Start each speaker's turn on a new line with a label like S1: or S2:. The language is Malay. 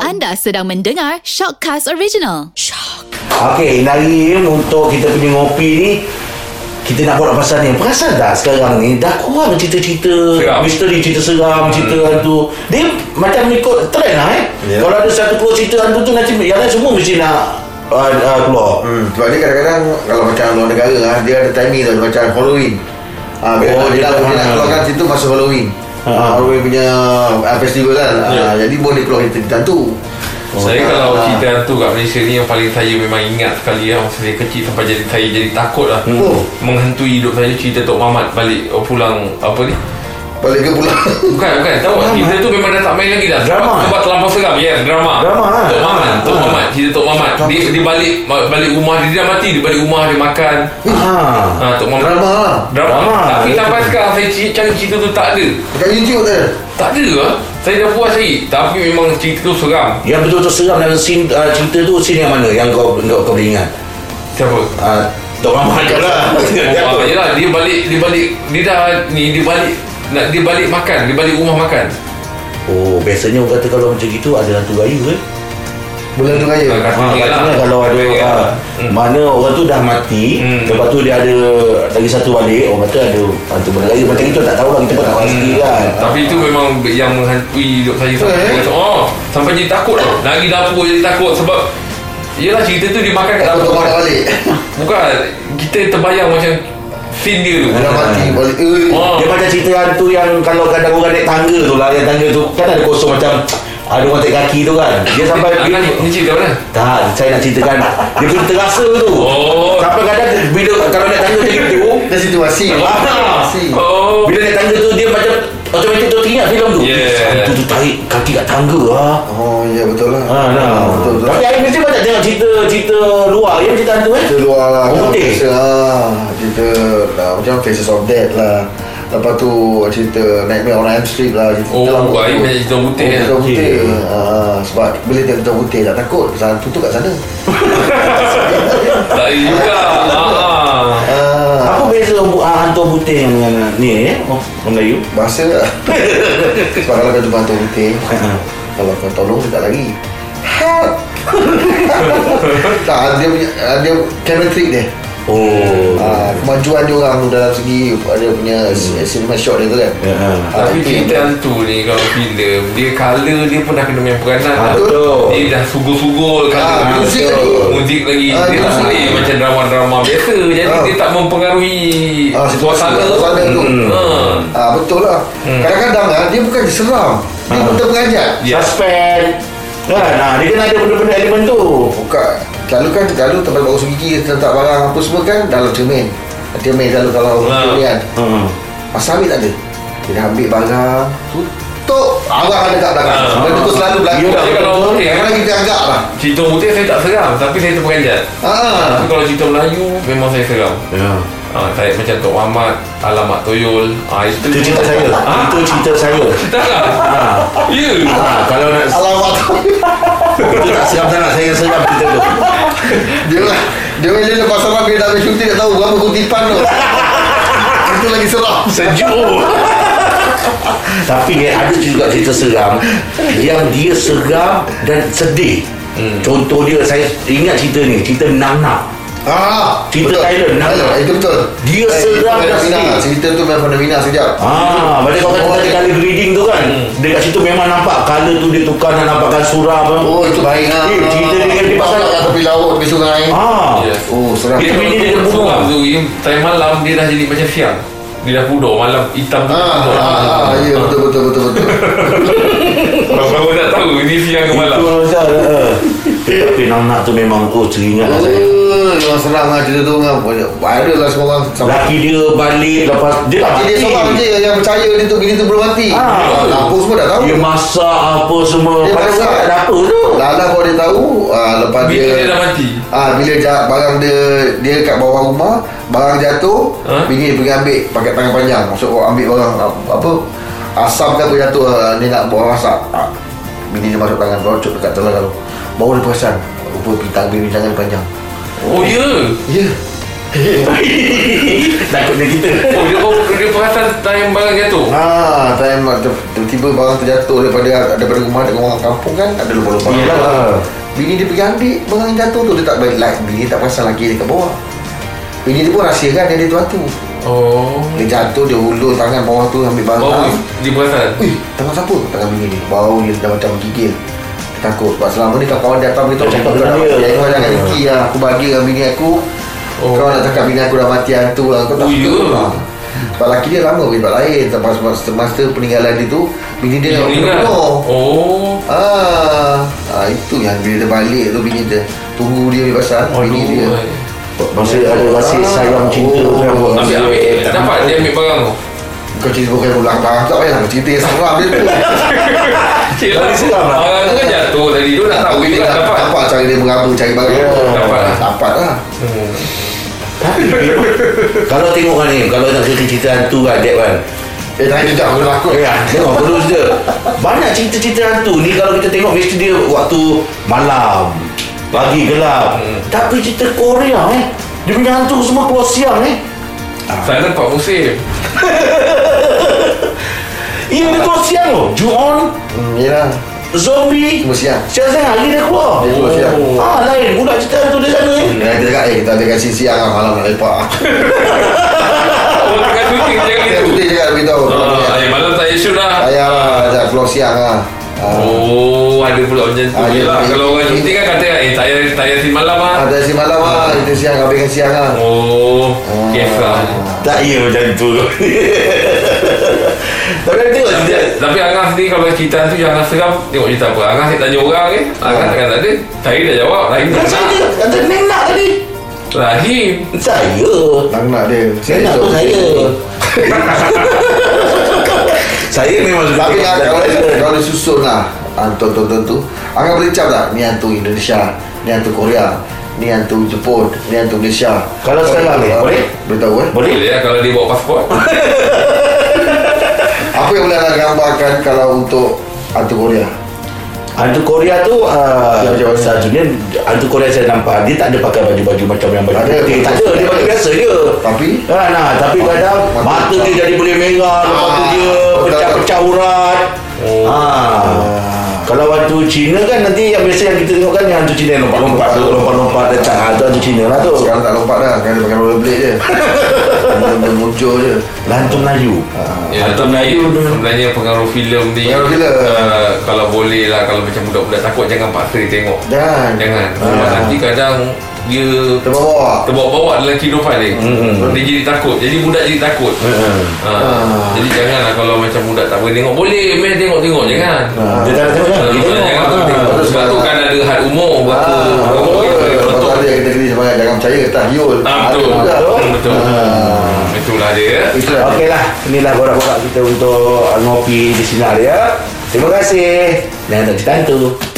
S1: Anda sedang mendengar Shockcast Original.
S2: Okey, hari ni untuk kita punya ngopi ni kita nak borak pasal ni Perasan tak sekarang ni Dah kurang cerita-cerita
S3: Seram.
S2: Misteri, cerita seram Cerita hantu Dia macam ikut trend lah eh
S4: Ya.
S2: Kalau ada satu keluar cerita hantu tu Nanti yang lain semua mesti nak uh, uh, Keluar
S4: Hmm, sebab dia kadang-kadang kalau macam luar negara ah dia ada timing tau macam Halloween. Ah, bila
S2: Oh,
S4: oh,
S2: dia
S4: dia,
S2: tak-
S4: dia nak
S2: ha.
S4: keluarkan situ masa Halloween.
S2: Ha.
S4: Ah, Halloween punya ah, festival kan. Ah,
S2: Ya. Oh.
S4: jadi boleh dia keluar cerita tu.
S3: Saya
S4: ah,
S3: kalau
S4: ah.
S3: cerita hantu kat Malaysia ni Yang paling saya memang ingat sekali lah Masa saya kecil sampai jadi saya jadi takut lah
S2: Hmm.
S4: Oh.
S3: Menghantui hidup saya cerita Tok Mamat balik oh, pulang Apa ni
S4: Balik ke pulang.
S3: Bukan bukan tahu tak Kita tu memang dah tak main lagi dah
S2: Drama.
S3: Sebab, sebab terlampau seram Ya drama
S2: Drama, ah.
S3: Tok Mamat Tok
S2: Ah.
S3: Mamat Cerita Tok Mamat dia, dia balik ma- Balik rumah dia, dia dah mati Dia balik rumah dia makan
S2: ha.
S3: ha, Tok Mamat
S4: Drama lah.
S3: Drama,
S2: Drama.
S3: Tapi
S2: Itu
S3: sampai
S2: tu.
S3: sekarang Saya cari- cari cerita tu tak ada
S4: Dekat YouTube tu.
S3: Tak ada lah Saya dah puas cari Tapi memang cerita tu seram
S2: Yang betul-betul seram dalam scene, uh, cerita tu Scene yang mana yang kau, kau, kau boleh ingat
S3: Siapa?
S2: uh, Tok Mamat kat lah
S3: Oh, yelah, dia balik dia balik dia dah ni dia balik nak dia balik makan, dia balik rumah makan.
S2: Oh biasanya orang kata kalau macam gitu Ada hantu gayu kan
S4: Bulan tu raya.
S3: Ah,
S2: Ha,
S3: Ingat
S2: katanya
S3: lah.
S2: kalau ada
S3: Ingat
S2: ha,
S3: lah.
S2: mana orang tu dah mati,
S3: Hmm.
S2: lepas tu dia ada lagi satu balik, orang kata ada hantu benda lain macam itu tak tahu lah kita pun tak pasti kan.
S3: Hmm. Tapi itu memang yang menghantui hidup saya
S4: Betul,
S3: sampai
S4: eh?
S3: saya rasa, oh, sampai jadi takut tau. Lagi dapur jadi takut sebab Yelah cerita tu dia makan kat
S4: Takut
S3: dapur.
S4: kau nak balik.
S3: Bukan kita terbayang macam scene dia tu.
S4: Dah mati balik. Eh.
S3: Oh.
S2: Dia macam cerita hantu yang kalau kadang orang naik tangga tu lah, yang tangga tu kan ada kosong macam ada orang tarik kaki tu kan. Dia sampai dia,
S3: Akan ni, ni cerita mana?
S2: tak, saya nak ceritakan Dia punya terasa tu
S3: Oh.
S2: Sampai kadang bila Kalau naik tangga macam itu
S4: Dah situasi.
S2: Ah.
S4: Situasi.
S3: Oh.
S2: Bila naik tangga tu Dia macam Automatik tu teringat filem tu
S3: Yeah.
S2: Hantu tu tarik kaki kat tangga lah
S4: Oh, ya betul lah.
S2: Ah, nah.
S4: Betul betul.
S2: Tapi hari ni saya banyak tengok cerita cerita luar ya cerita hantu eh.
S4: Kita luar lah
S2: Oh,
S4: Kalau
S2: putih?
S4: biasa lah Cerita lah, Macam Faces of Death lah Lepas tu cerita Nightmare on Elm Street lah cerita
S3: Oh,
S4: lah.
S3: air banyak cerita putih
S4: oh,
S3: eh.
S4: cerita putih
S2: Okey.
S4: Ah, Sebab bila tengok cerita putih tak takut Pasal hantu tu kat sana
S3: Tak ada juga. Ah.
S4: Ah,
S2: Apa beza bu- ah, hantu putih dengan ah, ni eh? Oh, orang Melayu.
S4: Bahasa lah Sebab kalau kau jumpa hantu putih Kalau kau tolong dia tak lari Help Tak dia punya ah, Dia camera trick dia
S2: Oh.
S4: Ah, kemajuan dia orang dalam segi dia punya cinema shot dia tu kan.
S2: Hmm. Ya, ah.
S4: Ah,
S3: Tapi
S4: itu
S3: cerita
S4: yang-
S3: hantu ni kalau filem Dia colour dia pun dah kena main peranan
S2: Ah,
S3: lah.
S2: betul.
S3: Dia dah sugul-sugul colour
S4: Ah,
S3: dia.
S4: muzik
S2: betul.
S4: lagi.
S3: Muzik lagi
S4: Ah,
S3: Dia tak
S4: muzik.
S3: boleh macam drama-drama biasa Jadi
S4: Ah.
S3: dia tak mempengaruhi
S4: Ah, situasi
S3: Suasana
S4: suasana tu.
S3: Hmm. Ah.
S4: Ah betul lah. Kadang-kadang ah, dia bukan seram. Dia
S2: Ah.
S4: betul mengajak.
S3: Ya.
S2: Suspend. Kan, nah, dia kena ada benda-benda elemen tu.
S4: Buka. Selalu kan selalu tempat bau gigi letak barang apa semua kan dalam cermin. Cermin selalu kalau
S3: Ah.
S4: ni kan.
S2: Hmm.
S4: Masa ambil tak ada. Dia dah ambil barang tutup arah ada kat belakang.
S3: Ah.
S4: Benda tu selalu berlaku.
S2: Ya,
S3: dia kalau putih,
S4: kadang-kadang kita agak lah.
S3: Cerita putih saya tak seram Tapi saya terperanjat
S4: Ah.
S3: Tapi kalau cerita Melayu Memang saya seram
S2: Ya.
S3: ha, Saya macam Tok Muhammad Alamat Toyol ha, Itu
S2: Itu cerita saya.
S3: Ah.
S2: Itu cerita saya.
S3: Tak lah Ya
S2: Ah, kalau nak
S4: Alamak tu.
S2: itu tak siap sangat saya sedap cerita tu.
S4: Dia lah. dia bila lepas seram dia nak ambil cuti tak tahu berapa kutipan tu. Itu lagi seram.
S2: Sejuk Tapi eh, ada juga cerita seram Yang dia seram dan sedih hmm. Contoh dia saya ingat cerita ni Cerita Nana
S4: Ah,
S2: Cerita
S4: betul.
S2: Thailand, nak
S4: Thailand,
S2: tak?
S4: itu betul.
S2: Dia seram
S4: itu
S2: dah
S4: fenomena.
S2: sikit.
S4: Cerita tu memang fenomena sekejap. Hmm.
S2: Ah, macam kau kata tadi kali reading tu kan
S3: Hmm.
S2: Dekat situ memang nampak Color tu dia tukar nak nampakkan surah apa
S4: Oh, itu baik ah.
S2: Eh, cerita dia kan dia
S4: Nampak lah.
S2: pasal-
S4: kat tepi laut, tepi sungai.
S2: Ah,
S3: Ya.
S4: Oh, seram.
S2: Dia
S3: Tapi
S2: bunyi
S3: dia
S2: dia
S3: dah
S2: dah
S3: pudar
S2: pudar.
S3: tu Yang Time malam dia dah jadi macam siang Dia dah pudar malam Hitam
S4: Ah, ah, ah, ya betul betul betul betul.
S3: Bapak-bapak tak tahu Ini siang ke malam
S2: Itu
S4: lah.
S2: Azhar eh. Tapi Nana tu memang Oh teringat lah saya
S4: Eh, memang seram ah cerita tu memang banyak- viral lah semua orang. Sampai
S2: Laki dia balik Lepas dia tak
S4: Jadi dia
S2: mati.
S4: seorang je yang percaya dia tu bini tu belum mati.
S2: Ah.
S4: Ah, kampung semua dah tahu.
S2: Dia masak apa semua
S4: Dia
S2: Padahal
S4: masak.
S2: tak ada apa tu
S4: Lala kalau dia tahu, ah, lepas
S3: Bila
S4: dia
S3: dia dah mati
S4: Ah bila ja, barang dia dia kat bawah rumah, barang jatuh,
S3: Ha?
S4: ha? bini pergi ambil pakai tangan panjang. Maksud orang ambil barang ah, apa asam ke apa jatuh ah, dia nak bawa masak. Ah, bini dia masuk tangan rocok dekat telan lalu. Baru dia perasan rupa bintang bini tangan panjang.
S3: Oh ya
S4: Ya. Yeah.
S2: Takutnya kita
S3: Oh dia, oh, dia perasan time barang jatuh
S4: Ha, time ter- tiba-tiba barang terjatuh daripada daripada rumah dekat orang kampung kan ada lubang-lubang
S2: Ya.
S4: lah. Bini dia pergi ambil barang yang jatuh tu dia tak balik like, bini tak perasan lagi dekat bawah. Bini dia pun rahsiakan dia ada tu tu.
S3: Oh
S4: Dia jatuh dia hulur tangan bawah tu ambil barang.
S3: Baru
S4: Bawah.
S3: dia perasan
S4: Wih, tangan siapa? Tangan bini ni. Bau dia dah macam gigil. Dia takut sebab selama ni kalau kawan dia datang beritahu
S2: Dia
S4: cakap
S2: cakap
S4: kau dah
S2: dengan
S4: mati.
S2: dia.
S4: Kau jangan dengki lah. Aku bagi dengan bini aku.
S3: Oh.
S4: Kau nak cakap bini aku dah mati hantu lah. Kau tak
S3: Oh,
S4: suka
S3: ya.
S4: lah. Sebab laki dia lama berlibat lain. Lepas semasa, semasa peninggalan dia tu, bini
S3: Dia
S4: dia nak
S3: meninggal
S4: bunuh.
S3: Oh
S4: Ah, ah, itu yang bila dia balik tu bini dia tunggu dia di pasar bini dia.
S3: Aduh eh.
S2: Masa ada rasa sayang cinta
S4: Ah,
S2: kan,
S4: Oh.
S2: sayang-
S3: Ambil ambil
S2: Tak
S3: Dapat
S2: mampu.
S3: dia ambil barang tu
S4: Kau cerita bukan ulang barang tak payah cerita yang seram dia tu.
S3: Cik
S2: Lagi seram lah.
S3: Barang tu kan jatuh tadi Tu nak tahu
S4: Tapi
S3: dia tak dapat
S4: nampak cara dia meraba cari barang.
S2: Ya.
S3: Dapat lah.
S4: Dapat lah.
S2: Tapi Kalau tengok kan ni Kalau nak cerita cerita hantu kan Dek kan
S4: Eh tadi dia tak
S3: Oh.
S4: berlakon.
S2: Ya, tengok terus dia Banyak cerita-cerita hantu ni Kalau kita tengok mesti dia waktu malam Pagi gelap
S3: Hmm.
S2: Tapi cerita Korea eh Dia punya hantu semua keluar siang eh
S3: Sana empat musim
S2: Ya dia keluar siang loh Ju-on
S4: Hmm, yelah.
S2: Zombie
S4: Semua siang.
S2: Siang-siang hari dia keluar
S4: Dia keluar siang.
S2: Ah lain pula cerita hantu dia sana eh
S4: Dia cakap, eh kita adakan siang lah malam nak lepak.
S3: Orang Oh, tengah syuting jangan
S4: Dia
S3: itu
S4: putih cakap dia beritahu.
S3: Ah, eh, Malam tak isu dah
S4: Ayah lah, dah keluar siang lah. Ah,
S3: Oh ada pula macam tu
S4: Ah, ya,
S3: Yelah
S4: ya.
S3: Kalau orang syuting kan kata Eh tak payah tak payah si malam lah
S4: Ada si malam lah, kita siang, habiskan siang lah.
S3: Oh Kisah
S2: Tak ya macam tu Tapi aku tengok cerita
S3: Tapi Angah sendiri kalau cerita tu yang Angah seram Tengok cerita apa Angah asyik tanya orang eh Angah
S4: Ah.
S3: takkan tak ada Saya dah jawab Rahim tak
S2: Kan
S3: nak
S2: saya Kata Neng nak tadi
S3: Rahim
S2: Saya
S4: Nak nak dia.
S2: Neng nak tu saya Saya memang suka
S4: Tapi ah, kalau kalau dia susun lah Hantu hantu hantu Angkat boleh cap tak Ni hantu Indonesia Ni hantu Korea Ni hantu Jepun Ni hantu Malaysia
S2: Kalau sekarang ni,
S4: Ah,
S2: boleh?
S4: Boleh tahu eh
S2: Boleh?
S3: Boleh lah kalau dia bawa pasport
S4: Apa yang boleh anda gambarkan Kalau untuk Hantu Korea
S2: Hantu Korea tu uh,
S4: Ya, macam mana?
S2: Satunya Hantu Korea saya nampak Dia tak ada pakai baju-baju macam yang baju
S4: Tak ada.
S2: putih Tak ada Dia pakai biasa je
S4: Tapi?
S2: ha, nah, Tapi
S4: Mata-
S2: kadang
S4: mata-
S2: Mata dia jadi boleh merah Lepas tu
S4: Ah,
S2: dia
S4: betul.
S2: Pecah-pecah urat
S3: Oh.
S2: ha. Kalau hantu Cina kan nanti yang biasa yang kita tengok kan yang hantu Cina yang lompat-lompat tu, lompat-lompat letak ha, tu hantu Cina lah
S3: Oh.
S2: tu.
S4: Sekarang tak lompat dah Sekarang dia pakai rollerblade je Dia- Dia muncul je
S2: Lah, Hantu Melayu.
S4: Ah.
S3: Ya,
S2: Hantu
S3: tapi
S2: Melayu tu.
S3: sebenarnya pengaruh filem ni
S4: Pengaruh filem.
S3: ah, Kalau boleh lah Kalau macam budak-budak takut Jangan paksa dia tengok
S4: Dan
S3: Jangan Sebab
S2: Ah.
S3: nanti kadang Dia
S4: Terbawa
S3: terbawa-bawa dalam kehidupan dia
S2: Mm-mm.
S3: Dia jadi takut Jadi budak jadi takut
S2: Mm-mm.
S3: Ha.
S4: Ah.
S3: Jadi janganlah kalau macam budak tak boleh tengok Boleh meh tengok-tengok Jangan
S4: Ah.
S2: Ha, Dia tak ada tengok
S3: Kalau
S2: jangan. Dia
S3: budak jangan
S2: tengok.
S3: pun
S2: Ha.
S3: tengok. Sebab tu kan ada had umur Sebab tu
S4: Ah,
S3: orang
S4: betul.
S3: boleh boleh
S4: Lepas tu
S3: potong.
S4: ada yang kita kena semangat Jangan percaya Tahyul
S3: Ah,
S4: Ada
S3: Betul
S4: juga.
S3: Betul Betul
S4: Ah.
S3: Itulah dia ya.
S4: Itulah dia.
S2: Okeylah, inilah borak-borak kita untuk uh, ngopi di sinar ya. Terima kasih. Jangan tak cerita hantu.